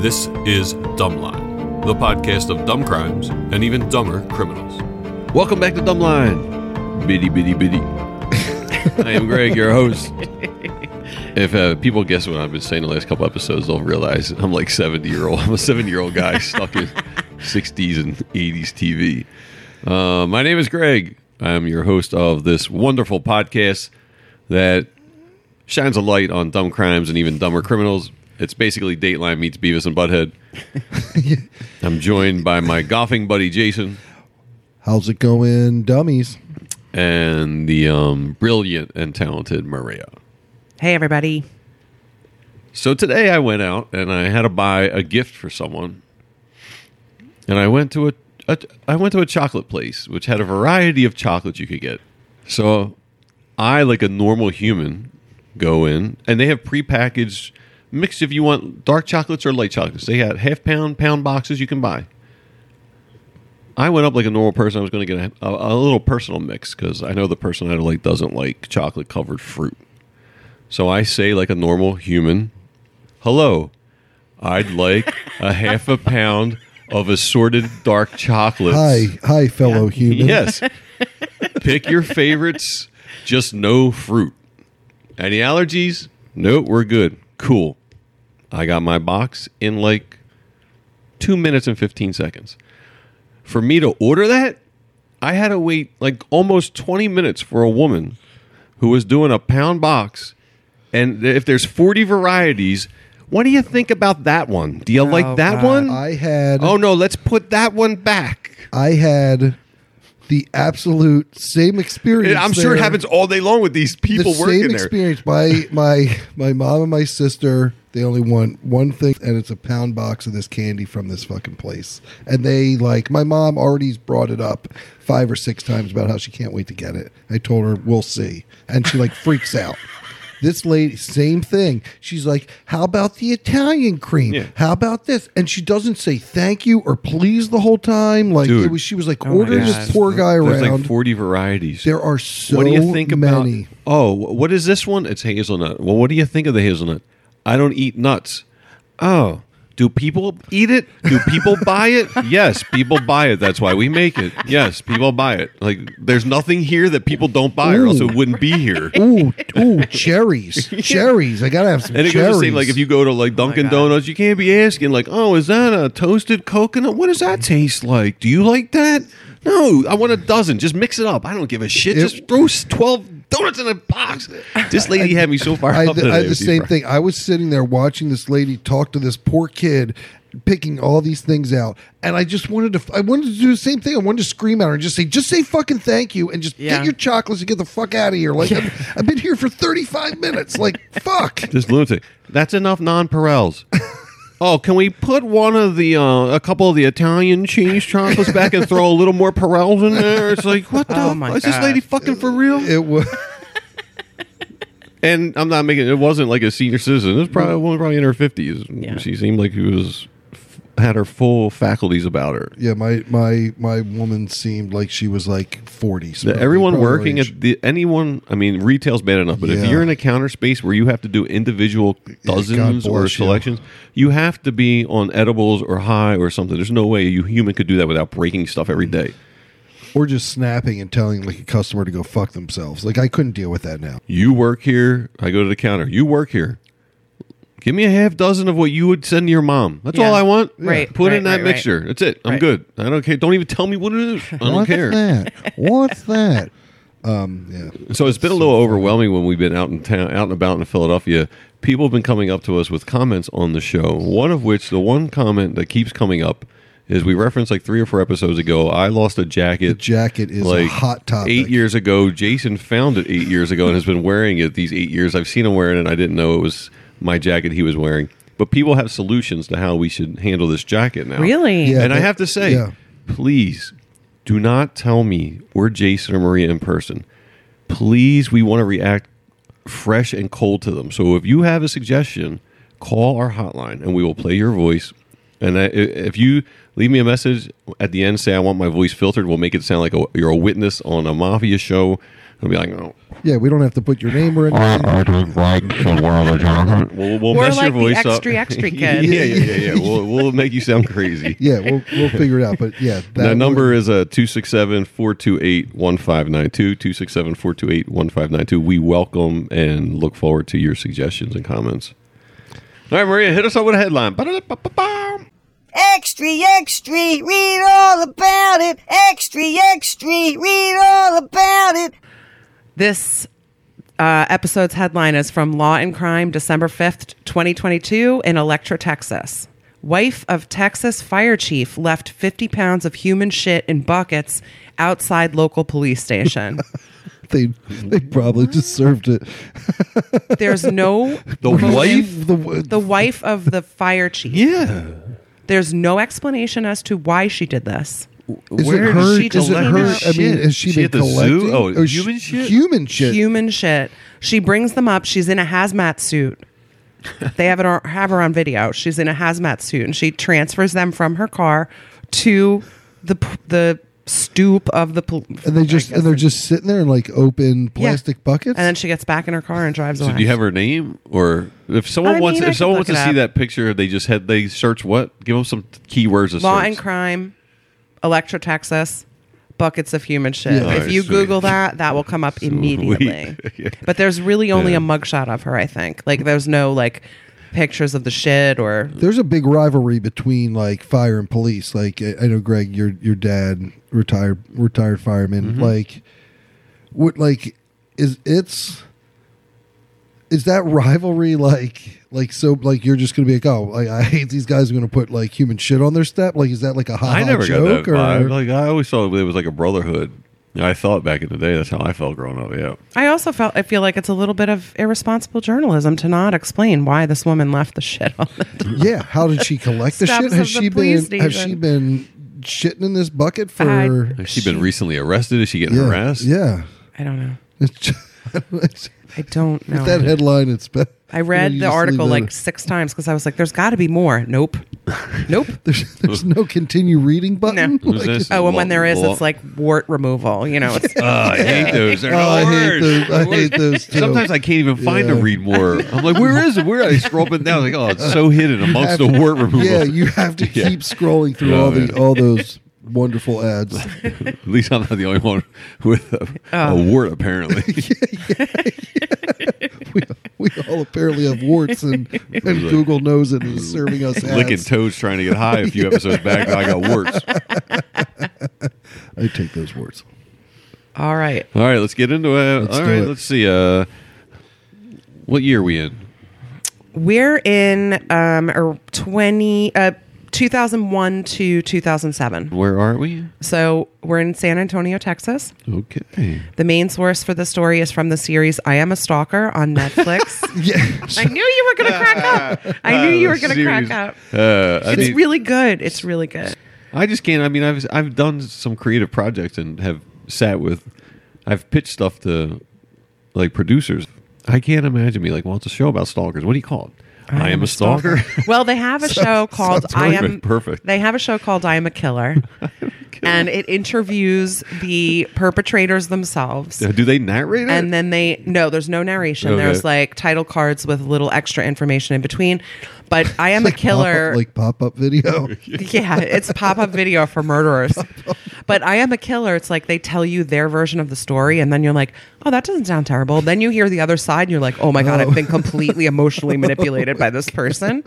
This is Dumbline, the podcast of dumb crimes and even dumber criminals. Welcome back to Dumbline, bitty bitty bitty. I am Greg, your host. If uh, people guess what I've been saying the last couple episodes, they'll realize I'm like 70 year old. I'm a 70 year old guy stuck in 60s and 80s TV. Uh, my name is Greg. I'm your host of this wonderful podcast that shines a light on dumb crimes and even dumber criminals. It's basically Dateline meets Beavis and Butthead. I'm joined by my golfing buddy Jason How's it going, dummies? and the um, brilliant and talented Maria. Hey, everybody. So today I went out and I had to buy a gift for someone, and I went to a, a I went to a chocolate place which had a variety of chocolates you could get. So I, like a normal human, go in and they have prepackaged mixed if you want dark chocolates or light chocolates. They had half pound pound boxes you can buy. I went up like a normal person. I was going to get a, a, a little personal mix because I know the person I like doesn't like chocolate covered fruit. So I say, like a normal human, hello, I'd like a half a pound of assorted dark chocolates. Hi, hi, fellow human. Yes. Pick your favorites, just no fruit. Any allergies? Nope, we're good. Cool. I got my box in like two minutes and 15 seconds. For me to order that, I had to wait like almost 20 minutes for a woman who was doing a pound box. And if there's 40 varieties, what do you think about that one? Do you like that God. one? I had oh no, let's put that one back. I had the absolute same experience. I'm sure it there. happens all day long with these The people same working there. experience. My my my mom and my sister. They only want one thing, and it's a pound box of this candy from this fucking place. And they like my mom already's brought it up five or six times about how she can't wait to get it. I told her we'll see, and she like freaks out. This lady, same thing. She's like, "How about the Italian cream? Yeah. How about this?" And she doesn't say thank you or please the whole time. Like Dude. it was, she was like, Oh my ordering God. this poor guy There's around." like 40 varieties. there are so what do you think many. about? Oh, wh- what is this one? It's hazelnut. Well, what do you think of the hazelnut? I don't eat nuts. Oh, do people eat it? Do people buy it? Yes, people buy it. That's why we make it. Yes, people buy it. Like, there's nothing here that people don't buy, or else it Ooh. wouldn't be here. ooh, ooh, cherries, cherries. I gotta have some And it cherries. goes the same. Like if you go to like Dunkin' Oh God. Donuts, you can't be asking like, "Oh, is that a toasted coconut? What does that taste like? Do you like that?" No, I want a dozen. Just mix it up. I don't give a shit. It- Just throw s- twelve donuts in a box. This lady had me so far I, up. I today had the with these same fries. thing. I was sitting there watching this lady talk to this poor kid, picking all these things out, and I just wanted to. I wanted to do the same thing. I wanted to scream at her and just say, "Just say fucking thank you, and just Yeah. get your chocolates and get the fuck out of here." Like I've, I've been here for thirty five minutes. Like fuck. This lunatic. That's enough nonpareils. Oh, can we put one of the uh, a couple of the Italian cheese chocolates back and throw a little more Perels in there? It's like what the? Oh, my is this God. lady fucking for real? It was. And I'm not making it wasn't like a senior citizen. It was probably well, probably in her fifties. Yeah. She seemed like she was had her full faculties about her. Yeah, my my my woman seemed like she was like forty. so The- probably- everyone probably working range. at the anyone, I mean, retail's bad enough, but if Yeah. you're in a counter space where you have to do individual dozens or bless you. selections, you. have to be on edibles or high or something. There's no way you human could do that without breaking stuff every Mm. day. or just snapping and telling like a customer to go fuck themselves. Like I couldn't deal with that now. You work here. I go to the counter. You work here. Give me a half dozen of what you would send to your mom. That's Yeah. all I want. Right, Put it in that right, right, right. mixture. That's it. I'm Right. good. I don't care. Don't even tell me what it is. I don't What's care. that? What's that? Um, yeah. So it's been a little overwhelming when we've been out in town, out and about in Philadelphia. People have been coming up to us with comments on the show. One of which, the one comment that keeps coming up, is we referenced like three or four episodes ago. I lost a jacket. Jacket is a hot topic. Eight years ago, Jason found it eight years ago and has been wearing it these eight years. I've seen him wearing it, and I didn't know it was my jacket he was wearing. But people have solutions to how we should handle this jacket now. Really? Yeah. and I that- have to say, yeah. please do not tell me we're Jason or Maria in person. Please, we want to react fresh and cold to them. So if you have a suggestion, call our hotline and we will play your voice. And I, i- if you leave me a message at the end, say I want my voice filtered, we'll make it sound like a, you're a witness on a mafia show I'll be like, oh, Yeah, we don't have to put your name or anything. I don't like the world of chocolate. we'll, we'll We're mess your like the voice up. extra, extra kid. yeah, yeah, yeah, yeah. We'll, we'll make you sound crazy. Yeah, we'll we'll figure it out. But yeah, The would- number is uh, 267 428 1592. 267 428 1592. We welcome and look forward to your suggestions and comments. All right, Maria, hit us up with a headline. Ba-da-da-ba-ba-bam. Extra, extra, read all about it. Extra, extra, read all about it. This uh, episode's headline is from Law and Crime, December 5th, 2022, in Electra, Texas. Wife of Texas fire chief left 50 pounds of human shit in buckets outside local police station. they they probably just served it. There's no The motive- wife? The, w- the wife of the fire chief. Yeah. There's no explanation as to why she did this. is Where it did her? she Is it collect her? this I mean, shit? is she, She been at the zoo? collecting? Oh, Or is human she- shit? Human shit. Human shit. She brings them up. She's in a hazmat suit. They have it on, have her on video. She's in a hazmat suit, and she transfers them from her car to the p- the stoop of the pol- and they just and they're just sitting there in like open plastic buckets. And then she gets back in her car and drives So away. do you have her name, or if someone I wants, mean, I if could someone look wants to it see up. that picture, they just had they search what? Give them some keywords. to Law search. and crime, Electra, Texas, buckets of human shit. Yeah. If Alright, you sweet. Google that, that will come up immediately. But there's really only Yeah. a mugshot of her, I think. Like there's no like pictures of the shit or There's a big rivalry between like fire and police. Like I I know, Greg, your your dad retired retired fireman. Mm-hmm. Like what? Like is it's is that rivalry like like so like you're just gonna be like oh like, I hate these guys who are gonna put like human shit on their step like is that like a ha I ha never got that joke vibe. or Like I always thought it was like a brotherhood. I thought back in the day that's how I felt growing up. Yeah. I also felt I feel like it's a little bit of irresponsible journalism to not explain why this woman left the shit on the yeah how did she collect the Stops shit at has the she been police has she station. been shitting in this bucket for I- Has she been recently arrested? Is she getting yeah, harassed? yeah. I don't know. It's just- I don't know. that headline it's been, I read you the just leave article that- like six times because I was like, "There's got to be more." Nope, nope. there's, there's no continue reading button No. Who's this? oh, and when there is, Law- it's like wart removal. You know, it's Oh, I hate those. They're oh, the I hate worst. those I hate those too Sometimes I can't even find to Yeah. read more. I'm like, where is it? Where I scroll up and down. Like, oh, it's so hidden amongst the wart removal. yeah you have to keep Yeah. scrolling through Oh, all man. the all those wonderful ads At least I'm not the only one with a, a wart, apparently. we, we all apparently have warts and, and Google knows it and is serving us Licking ads toads trying to get high a few episodes back. I got warts. I take those warts all right. All right, let's get into it. Let's All do right, it. let's see. Uh, what year are we in? We're in um er, twenty uh two thousand one to two thousand seven. Where are we? So we're in San Antonio, Texas. Okay. The main source for the story is from the series "I Am a Stalker" on Netflix. yeah I knew you were going to crack up. I knew you were going to crack Series. up. Uh, I It's mean- really good. It's really good. I just can't. I mean, I've I've done some creative projects and have sat with, I've pitched stuff to, like producers. I can't imagine me like, well, it's a show about stalkers. What do you call it? I, am a stalker. Well, they have a show called sounds I am perfect, perfect. They have a show called I Am a Killer, and it interviews the perpetrators themselves. do they narrate it? And then they no, there's no narration. Okay. There's like title cards with little extra information in between. But I am a killer. like pop up video yeah, it's pop up video for murderers. But I am a killer. It's like they tell you their version of the story, and then you're like, oh, that doesn't sound terrible. Then you hear the other side, and you're like, oh my God, I've been completely emotionally manipulated by this person.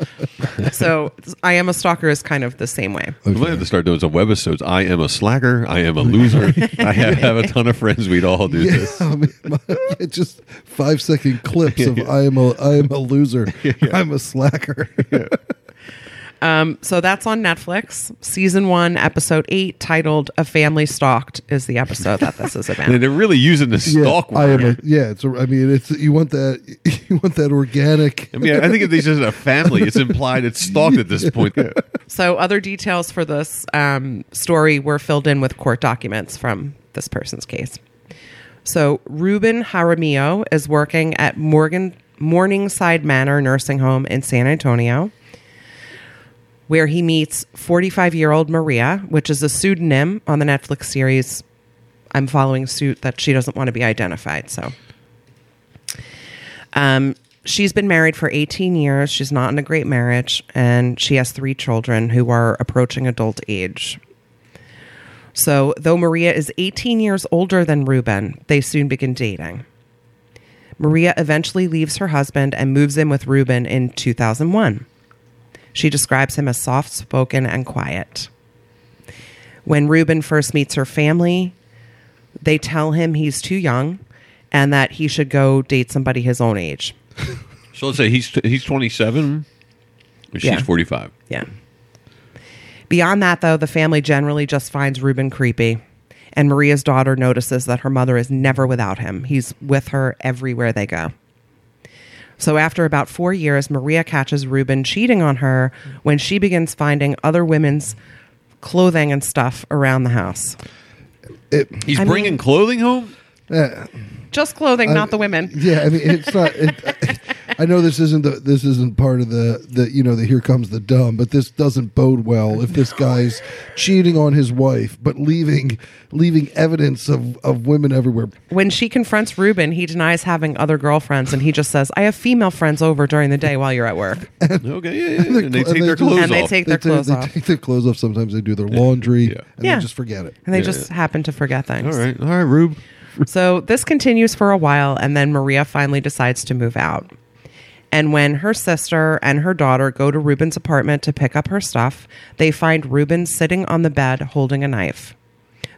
So I am a stalker is kind of the same way. we might have to start doing some webisodes. I am a slacker. I am a loser. I have, have a ton of friends. We'd all do Yeah, this. I mean, my, yeah, just five second clips of I am a I am a loser. I'm a slacker. Um, so that's on Netflix, season one, episode eight, titled "A Family Stalked" is the episode that this is And about. they're really using the Yeah, stalk I word. am a, yeah. It's a, I mean it's you want that you want that organic. I mean, I think if this is a family, it's implied it's stalked at this point. So other details for this um, story were filled in with court documents from this person's case. So Ruben Jaramillo is working at Morgan Morningside Manor Nursing Home in San Antonio, where he meets 45 year old Maria, which is a pseudonym on the Netflix series I'm following suit that she doesn't want to be identified. So, um, she's been married for 18 years. She's not in a great marriage, and she has three children who are approaching adult age. So, though Maria is 18 years older than Ruben, they soon begin dating. Maria eventually leaves her husband and moves in with Ruben in 2001. She describes him as soft spoken and quiet. When Ruben first meets her family, they tell him he's too young and that he should go date somebody his own age. So let's say he's he's 27, and she's Yeah. 45. Yeah. Beyond that, though, the family generally just finds Ruben creepy. And Maria's daughter notices that her mother is never without him. He's with her everywhere they go. So, after about four years, Maria catches Ruben cheating on her when she begins finding other women's clothing and stuff around the house. He's I mean- bringing clothing home. Just clothing, not the women. uh, Yeah, I mean, it's not. It, I know this isn't the this isn't part of the the you know the here comes the dumb, but this doesn't bode well if this guy's cheating on his wife, but leaving leaving evidence of of women everywhere. When she confronts Ruben, he denies having other girlfriends and he just says, I have female friends over during the day while you're at work. Okay, yeah, yeah, yeah. And they cl- take and their they just- clothes And they off. take- their do- clothes they off. take their clothes off. Sometimes they do their laundry, Yeah. and Yeah. they just forget it. And they just happen to forget things. all right, all right, Rube. So this continues for a while, and then Maria finally decides to move out. And when her sister and her daughter go to Ruben's apartment to pick up her stuff, they find Ruben sitting on the bed holding a knife.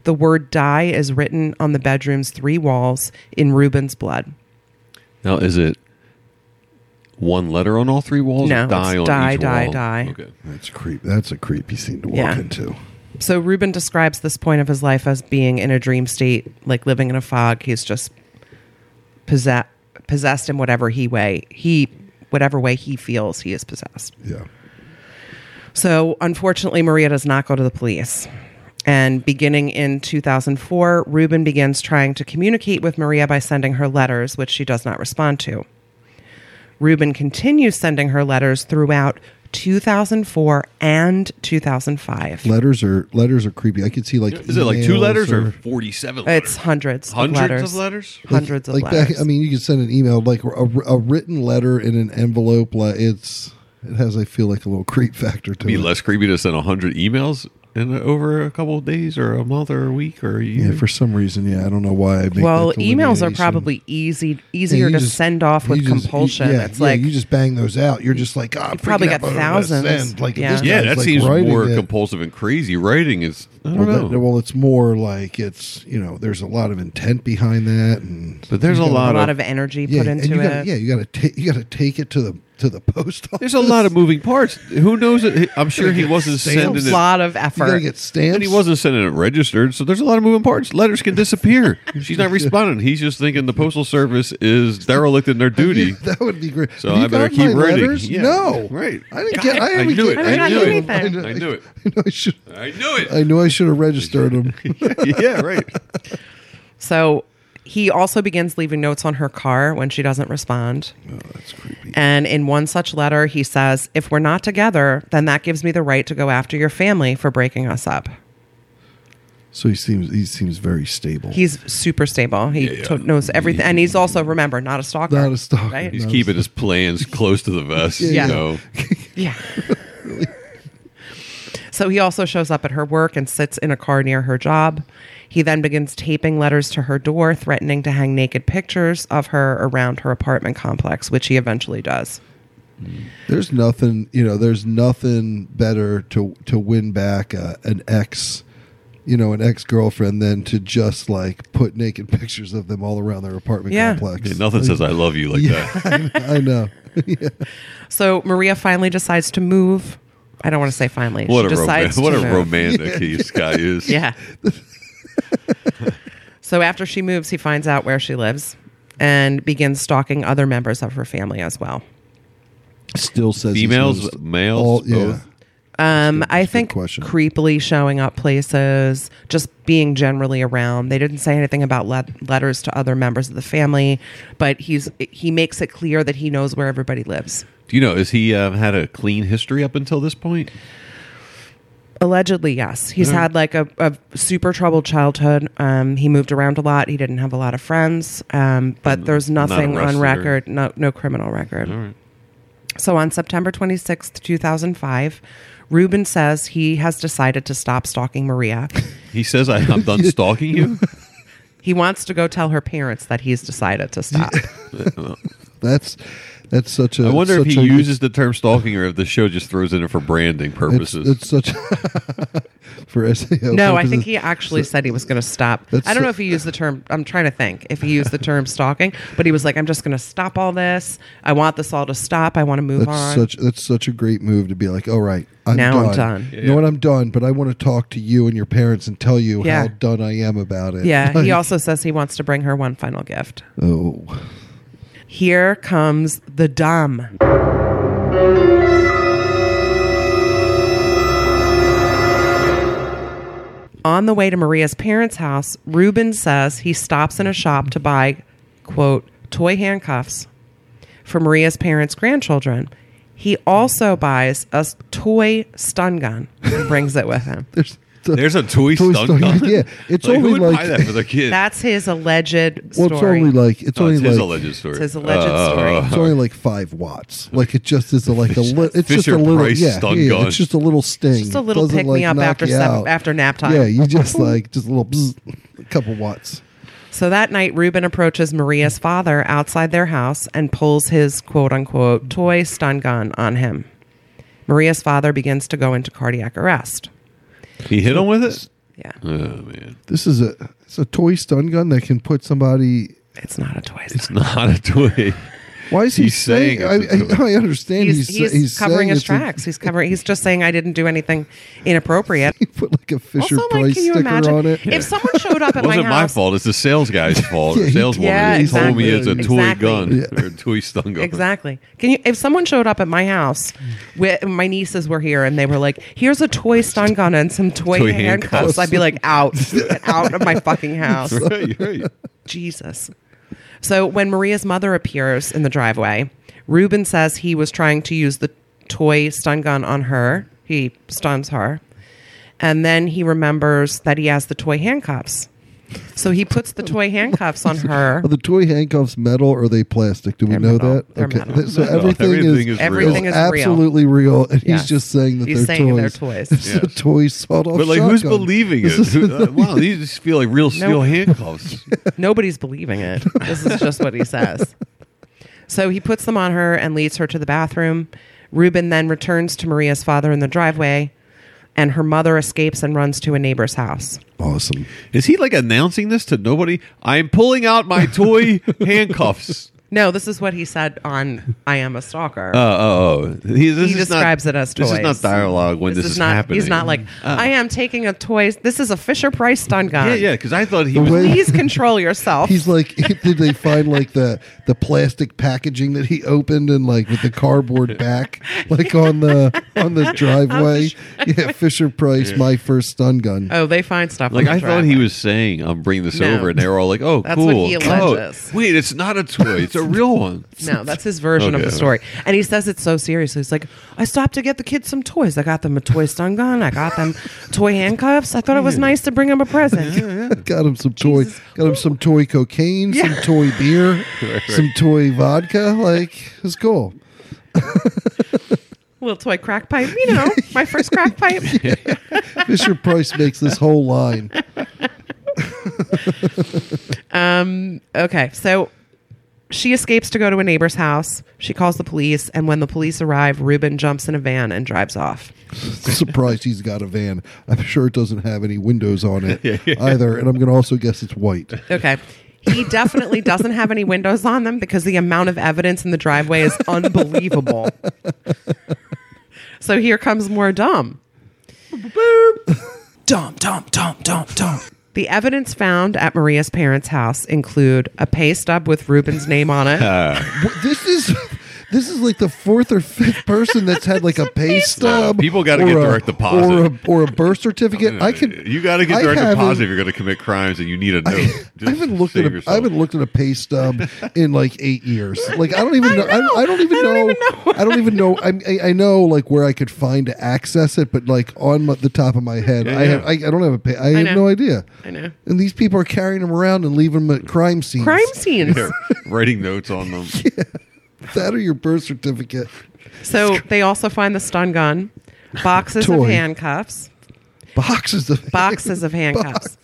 The word die is written on the bedroom's three walls in Ruben's blood. Now, is it one letter on all three walls? No, or die it's on die, each die, wall? die. Okay. That's creep. That's a creepy scene to walk Yeah. into. So Ruben describes this point of his life as being in a dream state, like living in a fog. He's just possess- possessed in whatever he way he whatever way he feels he is possessed. Yeah. So, unfortunately, Maria does not go to the police. And beginning in 2004, Ruben begins trying to communicate with Maria by sending her letters, which she does not respond to. Ruben continues sending her letters throughout 2004 and 2005. Letters are letters are creepy. I could see like Is it like two emails letters or, 47 letters? It's hundreds, Hundreds of letters. of letters? Hundreds of like letters. That, I mean, you could send an email like a, a written letter in an envelope. Like it's it has I feel like a little creep factor to be it. less creepy to send 100 emails in over a couple of days or a month or a week or a year? Yeah, for some reason, yeah, I don't know why. I make well, that emails are delineation. probably easy Yeah, easier you to just- send off you with just- you- compulsion. yeah, it's yeah, like you just bang those out. You're just like, ah, I'm probably freaking out, got but I'm gonna thousands. send. Like, Yeah. this yeah, guy's, that like, seems writing more it. compulsive and crazy. Writing is, I don't Well, know. that- well, it's more like it's you know, there's a lot of intent behind that, and but there's a lot, a lot of, of energy yeah, put and into you it. gotta, yeah, you got to you got to take it to the to the post office. there's a lot of moving parts. Who knows? It? I'm sure he wasn't It's sending a it. lot of you effort. got to get stamps. And he wasn't sending it registered, so there's a lot of moving parts. Letters can disappear. She's not responding. He's just thinking the postal service is derelict in their duty. that would be great. So Have you I better got keep my writing. Letters? Yeah. No, Right. I didn't get. I, I didn't knew get it. I I didn't knew get it. anything. I knew it. I know I should. I knew it. I knew I should have registered him. yeah, right. So he also begins leaving notes on her car when she doesn't respond. Oh, That's creepy. And in one such letter, he says, If we're not together, then that gives me the right to go after your family for breaking us up. So he seems he seems very stable. He's super stable. He yeah. to- knows everything. And he's also, remember, not a stalker. Not a stalker, Right? He's No, keeping his plans close to the vest. Yeah. You know, Yeah. so he also shows up at her work and sits in a car near her job. He then begins taping letters to her door, threatening to hang naked pictures of her around her apartment complex, which he eventually does. There's nothing, you know. There's nothing better to to win back uh, an ex, you know, an ex girlfriend than to just like put naked pictures of them all around their apartment Yeah. complex. Yeah, nothing says I love you like that. I, I know. So Maria finally decides to move. I don't want to say finally. What she a roman- decides what to a move. romantic he this guy is. Yeah. so after she moves, he finds out where she lives and begins stalking other members of her family as well. Still says he's Females, noticed males, all- both? Um, that's a I good think question. creepily showing up places, just being generally around. They didn't say anything about let- letters to other members of the family, but he's he makes it clear that he knows where everybody lives. Do you know? Is he uh, had a clean history up until this point? Allegedly, yes. He's Mm-hmm. had like a, a super troubled childhood. Um, he moved around a lot. He didn't have a lot of friends. Um, but there's not nothing on arrested or- record, no, no criminal record. All right. So on September 26th, 2005, Ruben says he has decided to stop stalking Maria. He says I, I'm done stalking you. he wants to go tell her parents that he's decided to stop. That's that's such a. I wonder if such he a- uses the term stalking or if the show just throws in it for branding It's, purposes. it's such for SEO. No, I purposes. think he actually said he was going to stop. That's I don't so- know if he used the term. I'm trying to think if he used the term stalking, but he was like, "I'm just going to stop all this. I want this all to stop. I want to move That's on." such that's such a great move to be like, all right, I'm Now I'm done. done. You know what? I'm done, but I want to talk to you and your parents and tell you Yeah. how done I am about it. yeah. Like, He also says he wants to bring her one final gift. Oh, Here comes the dumb. On the way to Maria's parents' house, Ruben says he stops in a shop to buy, quote, toy handcuffs for Maria's parents' grandchildren. He also buys a s- toy stun gun and brings it with him. there's the- There's a toy, Toy stun Story- gun. yeah, it's like, only who would like- buy that for their kid. That's his alleged well, story. it's only like it's No, only it's his like alleged story. Uh, It's his alleged story. it's only like five watts. Like it just is a, like a li- it's just Uh-huh. Fisher a little Price yeah, stun yeah, gun. it's just a little sting, Just a little Doesn't, pick like, me up knock after you sep- out. after nap time. Yeah, you just like just a little bzz, a couple watts. So that night, Ruben approaches Maria's father outside their house and pulls his quote unquote toy stun gun on him. Maria's father begins to go into cardiac arrest. He hit him with it. Yeah. Oh man, This is a it's a toy stun gun that can put somebody It's not a toy it's stun gun. not a toy. Why is he He's saying saying? it's a I, I, I understand. He's, He's, he's, he's covering saying his it's a- tracks. he's covering. He's just saying I didn't do anything inappropriate. he put like a Fisher Also, like, Price can you sticker imagine on it. if someone showed up at It wasn't my my, house? fault. It's the sales guy's fault. Yeah, The he- saleswoman Yeah, He told me it's exactly. a toy Exactly. gun or a toy stun gun. Exactly. Can you? If someone showed up at my house, with my nieces were here, and they were like, "Here's a toy stun gun and some toy, Toy handcuffs," handcuffs. I'd be like, "Out, Get out of my fucking house, Right, right. Oh, Jesus." So when Maria's mother appears in the driveway, Ruben says he was trying to use the toy stun gun on her. He stuns her, and then he remembers that he has the toy handcuffs. So he puts the toy handcuffs on her. Are the toy handcuffs metal or are they plastic? Do we They're know metal. that? They're okay, metal. so Metal. everything, Everything is, is Everything real. is real. absolutely real, and Yes. he's just saying that He's they're saying toys. they're toys. It's a Yes. toy sawed-off But like, who's shotgun. believing it? This is- Who, uh, wow, these just feel like real steel handcuffs. Nobody's believing it. This is just what he says. So he puts them on her and leads her to the bathroom. Ruben then returns to Maria's father in the driveway, and her mother escapes and runs to a neighbor's house. awesome. Is he like announcing this to nobody? I'm pulling out my toy handcuffs. No, this is what he said on I Am a Stalker. Uh, oh, oh. He, this he is not- describes it as toys. This is not dialogue when this, is, not, happening. Oh. He's not like, I am taking a toy. This is a Fisher Price stun gun. Yeah, yeah, because I thought he The was. way- Please control yourself. He's like, did they find like the the plastic packaging that he opened and like with the cardboard back, like on the on the driveway? yeah, Fisher Price, my first stun gun. oh, they find stuff. Like on I the thought he driveway. was saying, "I'm bringing this No. over," and they were all like, "Oh, That's what cool." he Oh, alleges. wait, it's not a toy; it's a real one. No, that's his version of the Okay. story. And he says it so seriously. He's like, I stopped to get the kids some toys. I got them a toy stun gun. I got them toy handcuffs. I thought it was nice to bring them a present. Got him some toy. Got him some toy cocaine, some toy beer, some toy vodka. Like it's cool. Little toy crack pipe, you know, my first crack pipe. Fisher Price makes this whole line. Um, Okay, so she escapes to go to a neighbor's house. She calls the police. And when the police arrive, Ruben jumps in a van and drives off. Surprised he's got a van. I'm sure it doesn't have any windows on it either. And I'm going to also guess it's white. Okay. He definitely doesn't have any windows on them because the amount of evidence in the driveway is unbelievable. so here comes more dumb. Dumb, dumb, dumb, dumb, dumb. The evidence found at Maria's parents' house include a pay stub with Ruben's name on it, Wh- This is This is like the fourth or fifth person that's had like a pay stub. People gotta get or a- direct deposit. Uh, or a, or a birth certificate. I can. You got to get I direct deposit if haven't- you're going to commit crimes and you need a note. I haven't looked at a, I haven't looked at a pay stub in like eight years. Like I don't even know. I, I don't even I don't know. even know. I don't even know. I'm- I, I know like where I could find to access it, but like on my, the top of my head, Yeah, I yeah. have. I, I don't have a pay. I, have know. no idea. I know. And these people are carrying them around and leaving them at crime scenes. Crime scenes. writing notes on them. That or your birth certificate. So they also find the stun gun, boxes Toy. of handcuffs, Boxes of boxes of handcuffs,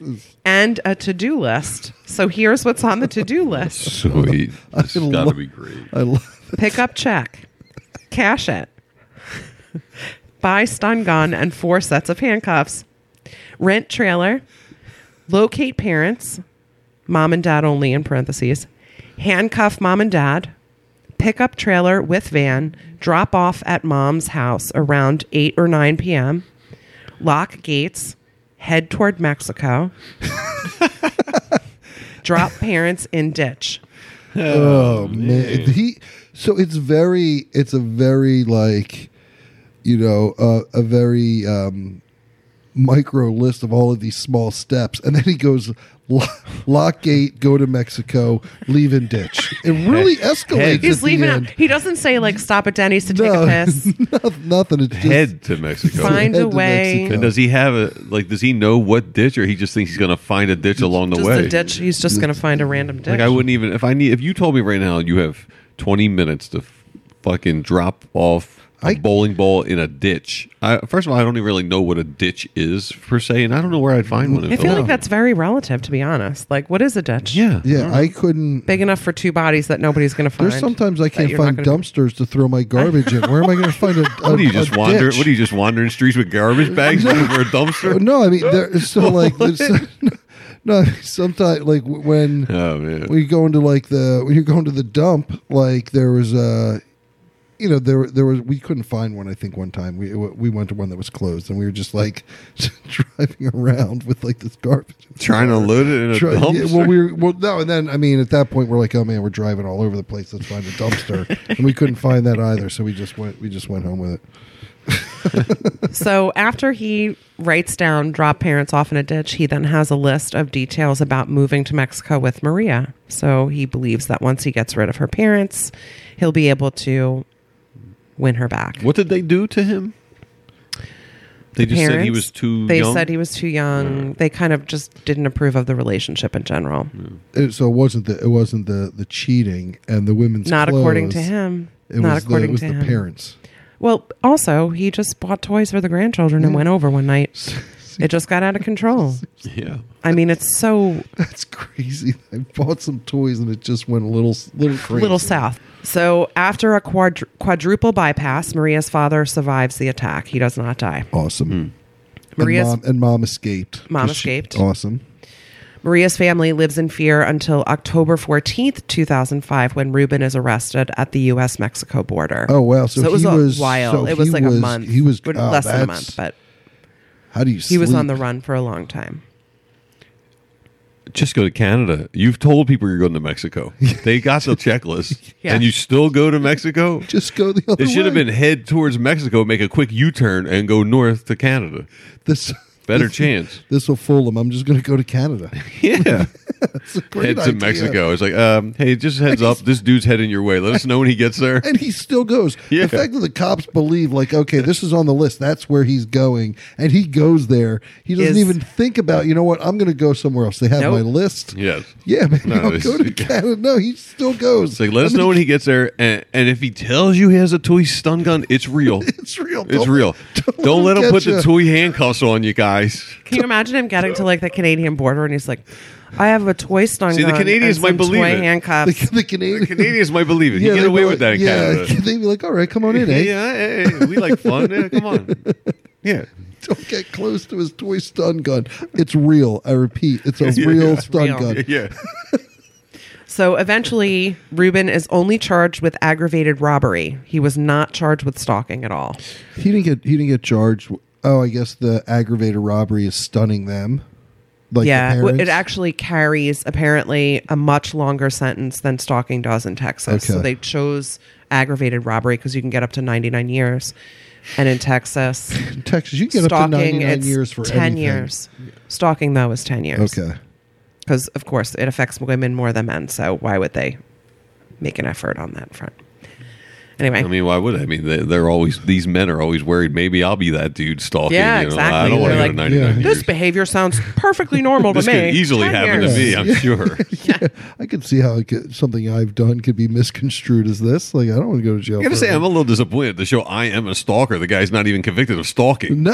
and a to-do list. So here's what's on the to-do list: Sweet. This has got to love- be great. I love pick up check, cash it, buy stun gun and four sets of handcuffs, rent trailer, locate parents, mom and dad only in parentheses, handcuff mom and dad, pick up trailer with van, drop off at mom's house around 8 or 9 p.m., lock gates, head toward Mexico, drop parents in ditch. Oh man, he. So it's very, it's a very like, you know, uh, a very um, micro list of all of these small steps, and then he goes lo- lock gate, go to Mexico, leave in ditch. It really escalates. He's at the leaving out. end. He doesn't say like stop at Denny's to take a No. piss. No- nothing. It's just Head to Mexico. Fine. Find head a to way. Mexico. And does he have a like? Does he know what ditch, or he just thinks he's going to find a ditch along the Just way? a ditch. He's just gonna find a random ditch. Like I wouldn't even if I need if you told me right now you have 20 minutes to f- fucking drop off a I- bowling ball in a ditch. I, first of all, I don't even really know what a ditch is per se, and I don't know where I'd find one. I feel like that's very relative, to be honest. Like, what is a ditch? yeah, yeah, I couldn't. Mm-hmm. Big enough for two bodies that nobody's gonna find. There's sometimes I can't you're not find gonna- dumpsters to throw my garbage in. Where am I going to find a, a What do you a just wander? ditch? What do you just wandering streets with garbage bags looking for a dumpster? no, I mean, there, so like, there's, no, sometimes like w- when Oh man, when you go into like the when you're going to the dump, like there was a, you know, there there was we couldn't find one. I think one time we we went to one that was closed, and we were just like driving around with like this garbage. trying to load it in a Try- dumpster. yeah, well, we were, well, no, and then I mean, at that point, we're like, oh man, we're driving all over the place. Let's find a dumpster, and we couldn't find that either. So we just went, we just went home with it. So after he writes down drop parents off in a ditch, he then has a list of details about moving to Mexico with Maria. So he believes that once he gets rid of her parents, he'll be able to win her back. What did they do to him? They just said he parents, was too They young. said he was too young. They kind of just didn't approve of the relationship in general. it, so it wasn't the it wasn't the the cheating and the women's Not according clothes. to him. It Not was according the, it was to the him. parents. Well, also he just bought toys for the grandchildren and went over one night. it just got out of control. yeah. I mean, it's so That's crazy. I bought some toys and it just went a little little crazy. little south. So after a quadru- quadruple bypass, Maria's father survives the attack. He does not die. Hmm. Awesome. Maria's and mom, and mom escaped. Mom 'Cause she- escaped. awesome. Maria's family lives in fear until October 14th, 2005, when Ruben is arrested at the U.S. Mexico border. Oh, wow. So it was he a was- while. so it was he like a was- month. he was- Well, oh, less than a that's- month, but How do you? he was on the run for a long time. Just go to Canada. You've told people you're going to Mexico. They got the checklist, Yeah. and you still go to Mexico. Just go the other. It should have way. been head towards Mexico, make a quick U-turn, and go north to Canada. this. Better this- chance. This will fool him. I'm just going to go to Canada. Yeah, That's a great head to idea. Mexico. It's like, um, hey, just heads up, this dude's heading your way. Let us know when he gets there. and he still goes. Yeah. The fact that the cops believe, like, okay, this is on the list. That's where he's going, and he goes there. He doesn't Is- even think about, you know what? I'm going to go somewhere else. They have Nope. my list. Yes. Yeah, maybe No, I'll it's- go to Canada. No, he still goes. It's like, let us know when he gets there, and, and if he tells you he has a toy stun gun, it's real. It's real. It's Don't- real. Don't, let him get put ya. the toy handcuffs on you guys. Can you imagine him getting to like the Canadian border and he's like, "I have a toy stun See, the gun Canadians and might some believe toy it. The, handcuffs." the Canadian. The Canadians might believe it. Yeah, you they'd get be away like- with that in yeah, Canada. They'd be like, all right, come on in, eh? Yeah, hey, hey, we like fun. Yeah, come on. Yeah. Don't get close to his toy stun gun. It's real. I repeat, it's a real stun real. gun. Yeah. So eventually, Ruben is only charged with aggravated robbery. He was not charged with stalking at all. He didn't get. He didn't get charged. Oh, I guess the aggravated robbery is stunning them. Like the yeah, w- it parents? actually carries apparently a much longer sentence than stalking does in Texas. So Okay. they chose aggravated robbery because you can get up to 99 years, and in Texas, Texas, you get up to stalking 99 it's years for 10 anything. years. Stalking though is 10 years. Okay. because of course it affects women more than men. So why would they make an effort on that front? Anyway, I mean, why would I? I mean, they, they're always these men are always worried. Maybe I'll be that dude stalking. Yeah, you know? I exactly. don't want to They're go to like, ninety nine yeah. years. this behavior sounds perfectly normal to This me. could easily 10 happen to years. me. I'm sure. I could see how it could, something I've done could be misconstrued as this. Like, I don't want to go to jail. I gotta for say, it. I'm a little disappointed to show I am a stalker. The guy's not even convicted of stalking. no,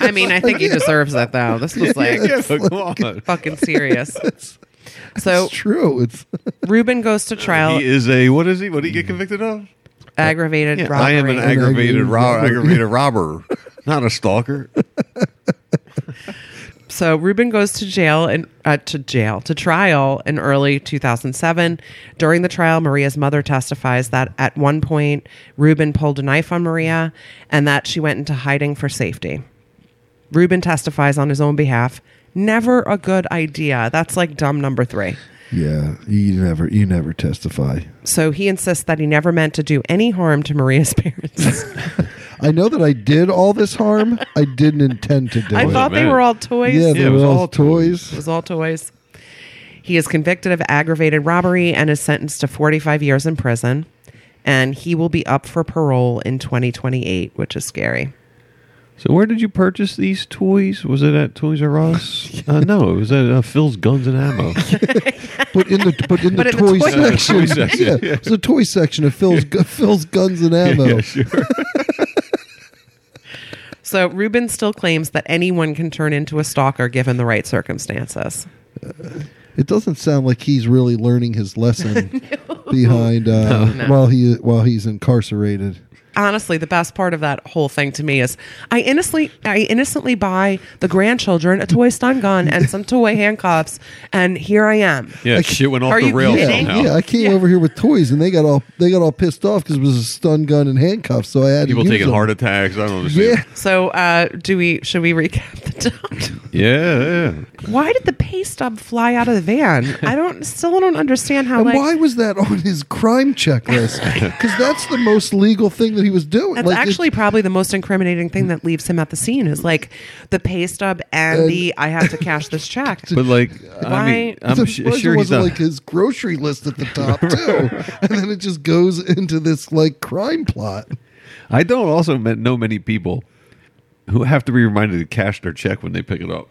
I mean, I think he deserves that though. This was like Yeah, come on. fucking serious. So it's true. It's Ruben goes to trial, He is a what is he? What did he get convicted of? aggravated Yeah, robbery. I am an aggravated aggravated robber. robber. Aggravated robber, not a stalker. So Ruben goes to jail and uh, to jail to trial in early 2007. During the trial, Maria's mother testifies that at one point Ruben pulled a knife on Maria and that she went into hiding for safety. Ruben testifies on his own behalf. Never a good idea. That's like dumb number three. yeah. You never, you never testify. So he insists that he never meant to do any harm to Maria's parents. I know that I did all this harm. I didn't intend to do I it. thought they minute. were all toys. yeah, it they was were all all toys. It was all toys. He is convicted of aggravated robbery and is sentenced to 45 years in prison. And he will be up for parole in 2028, which is scary. So where did you purchase these toys? Was it at Toys R Us? uh, no, it was at uh, Phil's Guns and Ammo. But in the but in the, But in the toy, toy section, section. Toy section, yeah, it's the toy section of Phil's gu- Phil's guns and ammo. yeah, sure. So Rubin still claims that anyone can turn into a stalker given the right circumstances. It doesn't sound like he's really learning his lesson behind uh, while he while he's incarcerated. Honestly, the best part of that whole thing to me is I innocently I innocently buy the grandchildren a toy stun gun and some toy handcuffs, and here I am. Yeah, shit went off Are the you rail kidding? somehow. Yeah, I came over here with toys, and they got all they got all pissed off because it was a stun gun and handcuffs. So I had People to use taking them. heart attacks. I don't Yeah, understand. So uh, do we should we recap the doc? Yeah, yeah. Why did the pay stub fly out of the van? I don't still don't understand how and like why was that on his crime checklist? Because that's the most legal thing that he was doing. that's Like, it- actually probably the most incriminating thing that leaves him at the scene is like the pay stub and, the I have to cash this check. But like, I Why- mean, I'm I'm sh- surprised sure it he's wasn't not. like his grocery list at the top too, and then it just goes into this like crime plot. I don't also met- know many people who have to be reminded to cash their check when they pick it up.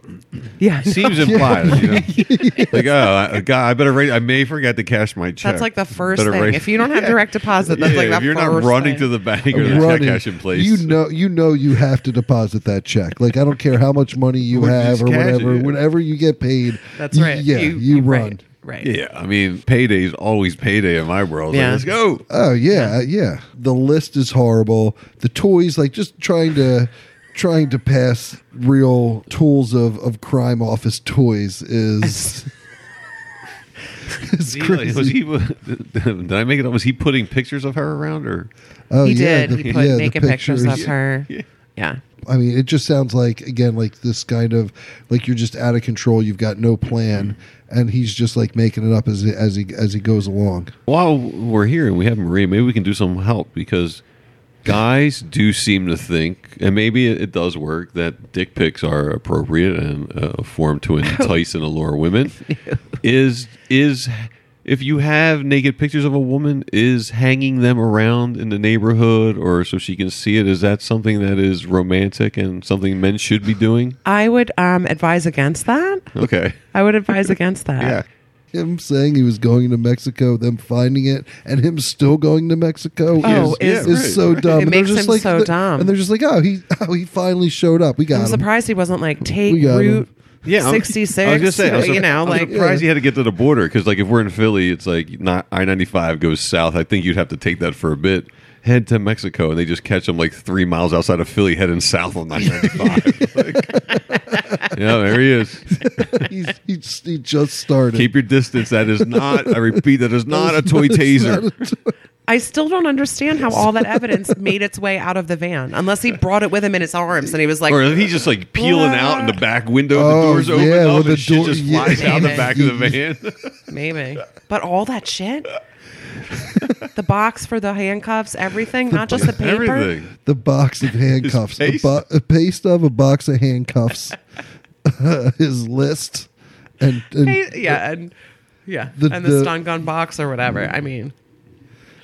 yeah. Seems implied, you know? like oh, I, I- God, I better. Rate, I may forget to cash my check. That's like the first Better thing. rate- If you don't have direct deposit, that's Yeah, like if that you're not first running thing. to the bank or the check Running. cash in place, You know, you know, you have to deposit that check. Like I don't care how much money you Or have just or cash it, whatever. yeah. Whenever you get paid, That's you- right. Yeah, you, run. Right. right. Yeah, I mean, payday's always payday in my world. Like, Yeah. let's go. Oh yeah, yeah, The list is horrible. The toys, like just trying to trying to pass real tools of of crime office toys is. is He, like, was crazy. he? Did I make it up? Was he putting pictures of her around, or Oh, he yeah, did. the- he put yeah, the naked pictures, pictures. of her. Yeah. I mean, it just sounds like again, like this kind of like you're just out of control. You've got no plan, and he's just like making it up as as he as he goes along. while we're here and we have Maria, maybe we can do some help because guys do seem to think, and maybe it, it does work, that dick pics are appropriate and uh, a form to entice and allure women. is is if you have naked pictures of a woman, is hanging them around in the neighborhood or so she can see it? Is that something that is romantic and something men should be doing? I would um, advise against that. Okay. I would advise against that. Him saying he was going to Mexico, them finding it, and him still going to Mexico Oh, is, is- is right, so right. dumb. It And they're makes just him like- so they're- dumb. And they're just like, oh, he oh, he finally showed up. We got I'm him. surprised he wasn't like take We got him. route Yeah, I'm- sixty I was gonna six. say, I was You sur- know, I was like surprised you had to get to the border because, like, if we're in Philly, it's like not I ninety five goes south. I think you'd have to take that for a bit, head to Mexico, and they just catch them like three miles outside of Philly, heading south on nine ninety five. yeah, there he is. He's, he's, he just started. Keep your distance. That is not. I repeat, that is not a toy It's taser. not a toy- I still don't understand how all that evidence made its way out of the van, unless he brought it with him in his arms and he was like, Or he's just like peeling out in the back window, the Oh, doors open yeah, up, with and the shit door- just yeah. flies out the Amen. back of the van. maybe. But all that shit, the box for the handcuffs, everything, not just the paper. Everything. The box of handcuffs. a, paste. bo- a paste of a box of handcuffs. his list. And, and Hey, yeah, and yeah, The- and the, the- stun gun box or whatever. I mean,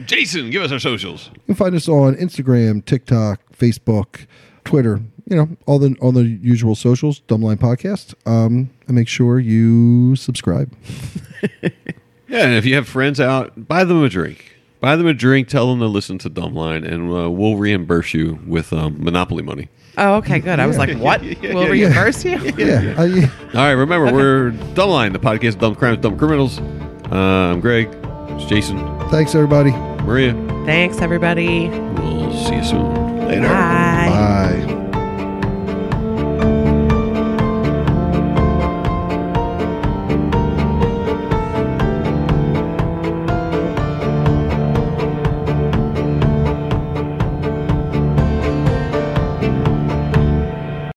Jason, give us our socials. you can find us on Instagram, TikTok, Facebook, Twitter. You know, all the all the usual socials, Dumbline Podcast. Um, and make sure you subscribe. Yeah, and if you have friends out, buy them a drink. Buy them a drink. Tell them to listen to Dumbline, and uh, we'll reimburse you with um, Monopoly money. oh, okay, good. I was like, what? Will reimburse you? Yeah. I, All right, remember we're Dumbline, the podcast of dumb crimes, dumb criminals. Uh, I'm Greg. It's Jason. thanks, everybody. Maria. Thanks, everybody. We'll see you soon. Later. Bye. Bye.